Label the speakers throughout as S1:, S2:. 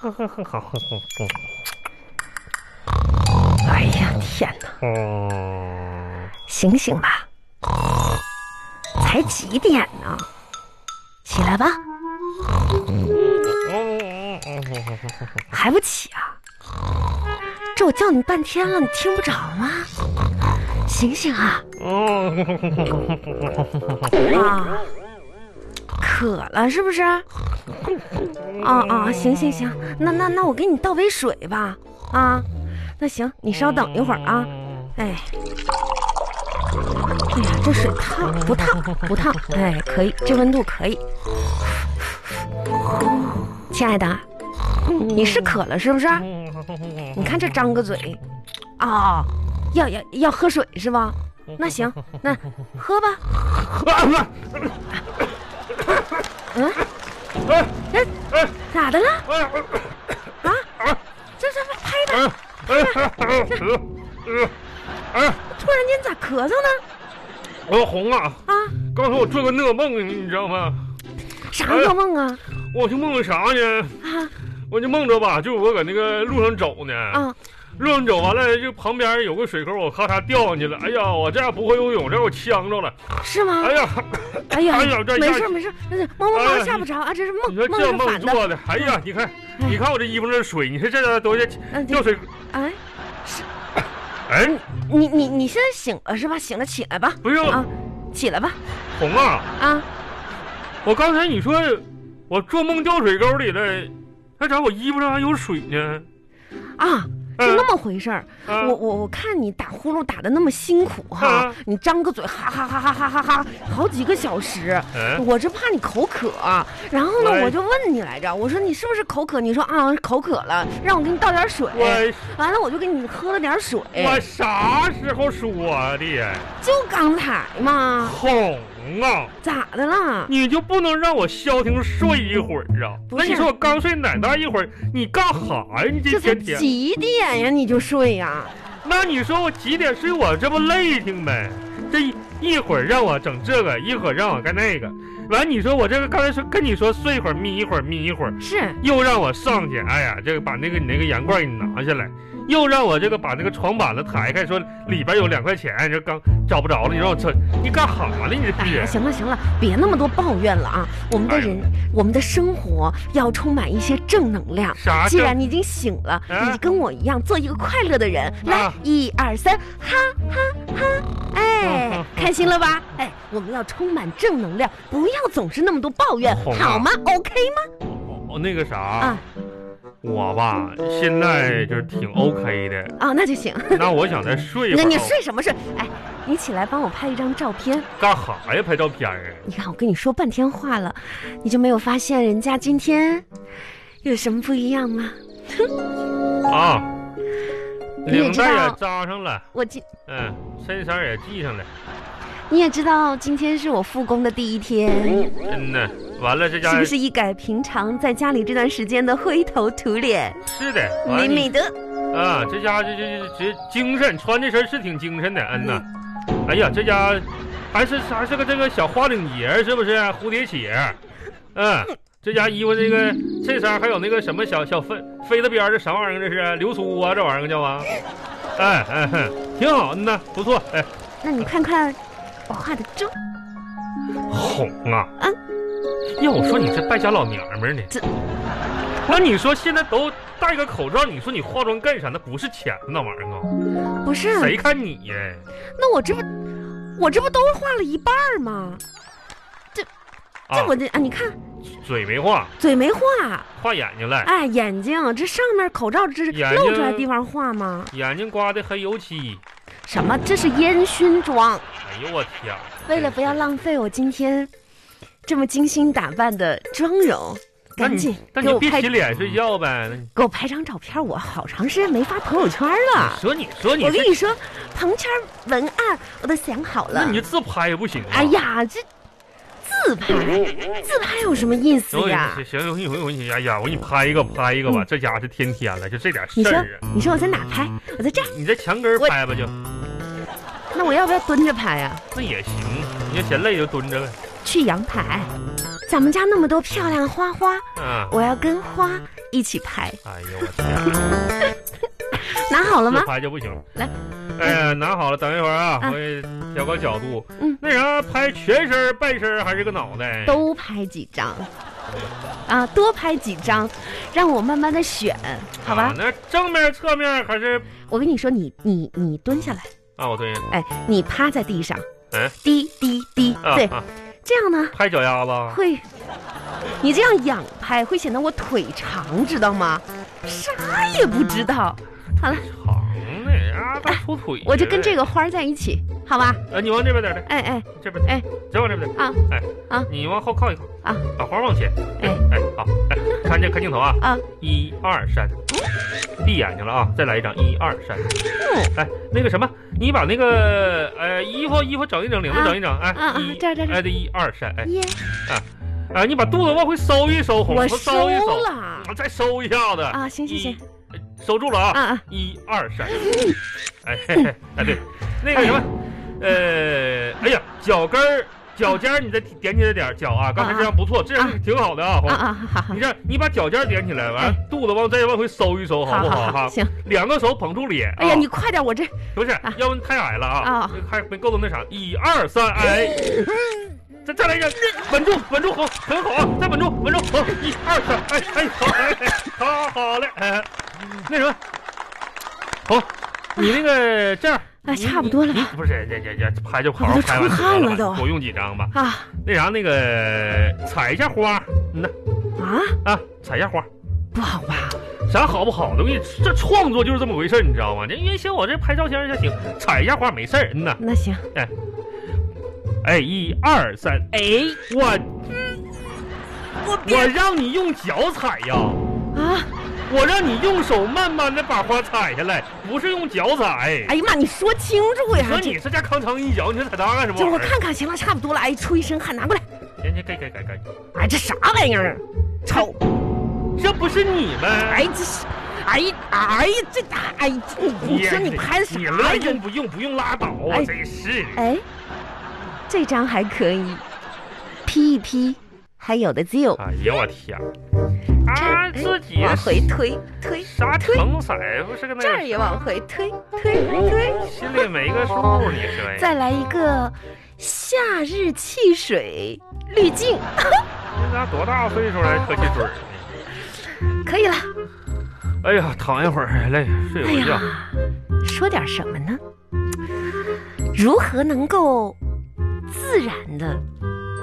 S1: 呵呵好，
S2: 哎呀，天哪！
S1: 嗯，
S2: 醒醒吧，才几点呢？起来吧，还不起啊？这我叫你半天了，你听不着吗？醒醒啊！啊，渴了是不是？啊啊，行行行，那那那我给你倒杯水吧。啊，那行，你稍等一会儿啊。哎，哎呀，这水烫不烫？不烫，哎，可以，这温度可以。亲爱的，你是渴了是不是？你看这张个嘴，啊、要要要喝水是吧？那行，那喝吧。嗯，哎，咋的了？啊，这这拍的，突然间咋咳嗽呢？
S1: 我红啊！
S2: 啊，
S1: 刚才我做个那个梦，你知道吗？
S2: 啥噩梦啊？
S1: 我就梦着啥呢？
S2: 啊
S1: 我就梦着吧，就是我搁那个路上走呢，
S2: 啊，
S1: 路上走完了，就旁边有个水沟，我咔嚓掉上去了。哎呀，我这样不会游泳，这我呛着了。
S2: 是吗
S1: 哎？呀，
S2: 哎呀
S1: 哎呀这，
S2: 没
S1: 一下
S2: 事没事，摸摸
S1: 哎
S2: 毛
S1: 呀
S2: 吓不着啊，这是梦
S1: 你说
S2: 梦
S1: 这
S2: 是
S1: 梦
S2: 反的。
S1: 做的，哎呀，你看，你看我这衣服这水，你看这这都是
S2: 嗯，
S1: 掉
S2: 对，
S1: 水。
S2: 哎，
S1: 哎，
S2: 你你你现在醒了是吧？醒了起来吧，
S1: 不是
S2: 啊，起来吧，
S1: 红啊！
S2: 啊，
S1: 我刚才你说我做梦掉水沟里了，那咋我衣服上还有水呢？
S2: 啊，
S1: 嗯
S2: 是那么回事儿。
S1: 啊
S2: 我我我看你打呼噜打的那么辛苦哈
S1: 嗯，
S2: 你张个嘴哈哈哈哈哈哈哈，好几个小时。
S1: 嗯，
S2: 我是怕你口渴，啊然后呢
S1: 喂，
S2: 我就问你来着，我说你是不是口渴？你说啊，口渴了，让我给你倒点水。
S1: 我
S2: 完了，我就给你喝了点水，
S1: 我啥时候说的？
S2: 就刚才嘛，
S1: 红啊，
S2: 咋的啦？
S1: 你就不能让我消停睡一会儿啊？
S2: 不
S1: 那
S2: 是
S1: 你说我刚睡奶大一会儿，你干哈呀？你
S2: 这
S1: 这
S2: 才
S1: 天天？
S2: 几点呀？你就睡呀？
S1: 那你说我几点睡？我这不累挺呗？这一一会儿让我整这个，一会儿让我干那个，完你说我这个刚才说跟你说睡一会儿眯一会儿眯一会儿，
S2: 是
S1: 又让我上去，哎呀，这个把那个你那个盐罐给你拿下来，又让我这个把那个床板子抬开，说里边有两块钱，这刚找不着了，你让我这你干哈呢？你这
S2: 哎
S1: 逼
S2: 呀，
S1: 人！
S2: 行了行了，别那么多抱怨了啊！我们的人，我们的生活要充满一些正能量。
S1: 啥
S2: 既
S1: 正
S2: 然你已经醒了，
S1: 啊
S2: 你跟我一样，做一个快乐的人。来
S1: 啊，
S2: 一二三，哈哈哈！
S1: 嗯嗯
S2: 哎，
S1: 嗯
S2: 开心了吧？哎，我们要充满正能量，不要总是那么多抱怨
S1: 好，啊
S2: 好吗？OK 吗？
S1: 哦那个啥，
S2: 啊
S1: 我吧现在就是挺 OK 的，
S2: 啊，那就行。
S1: 那我想再睡一会
S2: 那
S1: 儿。
S2: 你睡什么睡？哎，你起来帮我拍一张照片。
S1: 干哈呀？拍照片啊？
S2: 你看，我跟你说半天话了，你就没有发现人家今天有什么不一样吗？
S1: 啊，
S2: 你也
S1: 领
S2: 知道
S1: 带也扎上了，
S2: 我今
S1: 嗯，衬衫也系上了，
S2: 你也知道，今天是我复工的第一天，
S1: 真的。完了，这家
S2: 是不是一改平常在家里这段时间的灰头土脸，
S1: 是的，完了
S2: 美
S1: 你
S2: 美的？
S1: 啊，这家这这这这精神，穿这身是挺精神的，嗯呐。哎呀，这家还是还是个这个小花领结，是不是蝴蝶结？嗯，这家衣服这个衬衫还有那个什么小小飞飞子边儿，这啥玩意儿？这是流苏啊，这玩意儿叫啊？哎哎，哼挺好，嗯呐，不错，哎，
S2: 那你看看我画的妆，
S1: 红啊
S2: 嗯！
S1: 要我说你这败家老娘们儿呢？
S2: 这，
S1: 那你说现在都戴个口罩，你说你化妆干啥？那不是钱那玩意儿啊？
S2: 不是？
S1: 谁看你呀？
S2: 那我这不我这不都画了一半儿吗？
S1: 啊
S2: 这我这啊，你看
S1: 嘴没画，
S2: 嘴没画，
S1: 画眼睛了，
S2: 哎，眼睛这上面口罩这是
S1: 眼睛
S2: 露出来地方画吗？
S1: 眼睛刮的黑油漆。
S2: 什么？这是烟熏妆。
S1: 哎呦我天！
S2: 为了不要浪费我今天这么精心打扮的妆容，
S1: 那
S2: 赶
S1: 你
S2: 紧
S1: 那
S2: 给
S1: 你
S2: 我
S1: 别
S2: 拍
S1: 洗脸睡觉呗。那你
S2: 给我拍张照片，我好长时间没发朋友圈了。
S1: 说你说你
S2: 啊我跟
S1: 这，
S2: 你说，朋友圈文案我都想好
S1: 那
S2: 了
S1: 你。就自拍也不行啊。
S2: 哎呀，这自拍，自拍有什么意思
S1: 行，我
S2: 呀嗯
S1: 行？行，我给你我给你，哎呀，我给你拍一个拍一个吧。这家伙是天天了，就这点
S2: 你
S1: 事
S2: 说
S1: 儿啊。，
S2: 你说我在哪拍？我在这儿。
S1: 你在墙根儿
S2: 我
S1: 拍吧就，
S2: 那我要不要蹲着拍啊呀、
S1: 那也行。你要嫌累就蹲着呗。
S2: 去阳台，咱们家那么多漂亮花花，
S1: 啊，
S2: 我要跟花一起拍。
S1: 哎呦我天，
S2: 拿好了吗
S1: 自？拍就不行。
S2: 来，
S1: 哎呀，拿好了，等一会儿啊，
S2: 啊
S1: 我也调个角度。
S2: 嗯
S1: 那啥，拍全身儿、半身儿还是个脑袋？
S2: 都拍几张，啊，多拍几张，让我慢慢的选，好吧
S1: 啊？那正面、侧面还是
S2: 我跟你说，你你你蹲下来，
S1: 啊？我对，
S2: 哎，你趴在地上，
S1: 嗯
S2: 滴滴滴，
S1: 啊
S2: 对，
S1: 啊，
S2: 这样呢
S1: 拍脚丫子。
S2: 会，你这样仰拍会显得我腿长，知道吗？啥也不知道。好了，
S1: 长的呀，大粗腿。
S2: 我就跟这。个花儿在一起，好吧？
S1: 啊，你往这边点儿来，
S2: 哎哎
S1: 这边，
S2: 哎，
S1: 再往这边点儿。
S2: 啊
S1: 哎
S2: 啊
S1: 你往后靠一靠
S2: 啊，
S1: 把花往前。对
S2: 哎
S1: 哎，好，哎，看这看镜头啊，
S2: 啊，
S1: 一二三，闭眼睛了啊，再来一张，一二三。
S2: 嗯
S1: 哎，那个什么，你把那个呃衣服衣服整一整，领子
S2: 啊
S1: 整一整，哎
S2: 啊啊，
S1: 一
S2: 这儿这儿这儿
S1: 哎，对，一二三，哎
S2: 耶，
S1: 哎，你把肚子往回收一收，红
S2: 我
S1: 头
S2: 收
S1: 收一收，
S2: 了
S1: 啊再收一下子
S2: 啊，行行行，
S1: 一收住了啊，
S2: 啊啊，
S1: 一二三，哎嘿嘿，哎对，那个什么，呃，哎呀，脚跟儿脚尖儿你再提点起来点儿脚啊，刚才这样不错，这样挺好的啊，
S2: 啊
S1: 红。
S2: 啊，好好
S1: 你这样，你把脚尖儿点起来，完了肚子往再往回收一收，好不
S2: 好好
S1: 哦好哈
S2: 好，？行。
S1: 两个手捧住脸。
S2: 哎呀，
S1: 啊
S2: 你快点，我这
S1: 不是
S2: 啊，
S1: 要不太矮了啊
S2: 啊，
S1: 还没够到那啥。一二三，哎，再再来一个，稳住，稳住，好，很好啊，再稳住，稳住，好，一二三，哎哎，好，哎，好好嘞，哎，那什么，好，你那个这样，
S2: 啊，
S1: 你
S2: 差不多了
S1: 你
S2: 吧？
S1: 不是，这这这拍就好好
S2: 我都
S1: 拍完
S2: 出
S1: 得
S2: 汗了都
S1: 多用几张吧。
S2: 啊
S1: 那啥，那个采一下花，嗯呐，
S2: 啊，
S1: 啊，采一下花。
S2: 不好吧？
S1: 啥好不好的？我跟你这创作就是这么回事儿你知道吗？这原先我这拍照片儿就行，采一下花没事儿。嗯呐，
S2: 那行，
S1: 哎，一二三，哎，我
S2: 我
S1: 我让你用脚踩呀，
S2: 啊！
S1: 我让你用手慢慢的把花踩下来，不是用脚踩。
S2: 哎呀妈，你说清楚呀
S1: 说！
S2: 这
S1: 你这家康锵一脚，你这踩它干什么
S2: 这
S1: 玩意
S2: 我
S1: 儿？
S2: 看看，行了，差不多了。哎，出一身汗，拿过来。
S1: 人家给给给给，
S2: 哎，这啥玩意儿？瞅，
S1: 这不是你们？
S2: 哎，这是，哎哎呀，这哎，这你你说你拍的啥
S1: 你
S2: 呀
S1: 乐？用不用不用拉倒啊！
S2: 哎
S1: 真是
S2: 哎，这张还可以，P 一 P，还有的就
S1: 哎呀，我天儿！啊，
S2: 这
S1: 自己
S2: 往回推推，
S1: 啥成色不是个那
S2: 这儿也往回推推推，
S1: 心里没个数，你是呗？
S2: 再来一个夏日汽水滤镜，
S1: 这家多大岁数了，磕起嘴儿呢？
S2: 可以了。
S1: 哎呀，躺一会儿，累，睡
S2: 哎
S1: 会儿觉
S2: 呀。，说点什么呢？如何能够自然的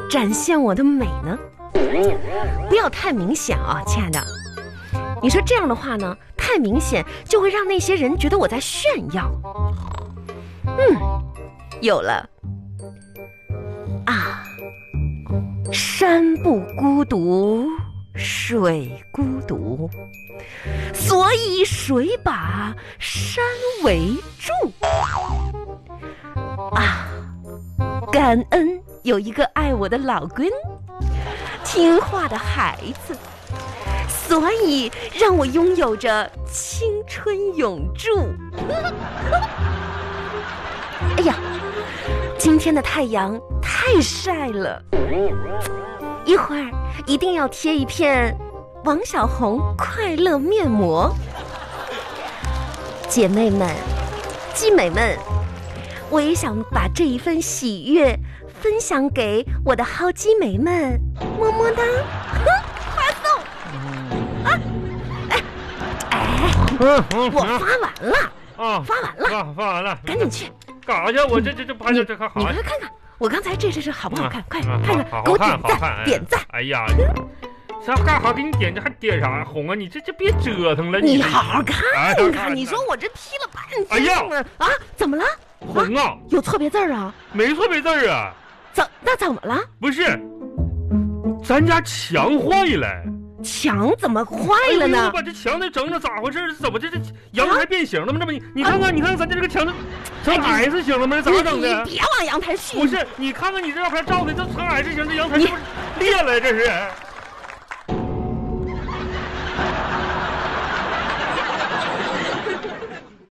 S2: 展现我的美呢？不要太明显啊，亲爱的。你说这样的话呢，太明显就会让那些人觉得我在炫耀。嗯，有了啊，山不孤独，水孤独。所以水把山围住。啊，感恩有一个爱我的老公，听话的孩子，所以让我拥有着青春永驻。 哎呀，今天的太阳太晒了，一会儿一定要贴一片王小红快乐面膜。姐妹们，继美们，我也想把这一份喜悦分享给我的好基美们，么么哒！
S1: 嗯嗯
S2: 我发完了，
S1: 啊，
S2: 发完了，
S1: 发发完了，
S2: 赶紧去！
S1: 干啥去？我这这这拍
S2: 你
S1: 哎这
S2: 你
S1: 这看好呀
S2: 快。看看，我刚才这这这好不好看？快
S1: 嗯
S2: 看看，
S1: 好好
S2: 给我
S1: 看，
S2: 点
S1: 好看，
S2: 赞
S1: 哎
S2: 点赞！！
S1: 哎呀，啥干啥给你点这还点啥呀？红啊，你这这别折腾了，
S2: 你
S1: 这
S2: 好好
S1: 哎
S2: 看
S1: 看
S2: 看，你
S1: 看
S2: 说我这批了半
S1: 哎呀
S2: 天了啊？怎么了？
S1: 红啊，
S2: 有错别字儿啊？
S1: 没错没字儿啊，
S2: 怎那怎么了？
S1: 不是，咱家墙坏了，
S2: 墙怎么坏了
S1: 哎
S2: 呢啊
S1: 呦？把这墙得整整咋回事儿？怎么这这阳台变形了吗？这不你你看看你看看咱这这个墙这成 S 型了吗？这咋整的？
S2: 哎你别往阳台去！
S1: 不是，你看看你这照片照的，这成 S 型，这阳台是不是裂了？这是，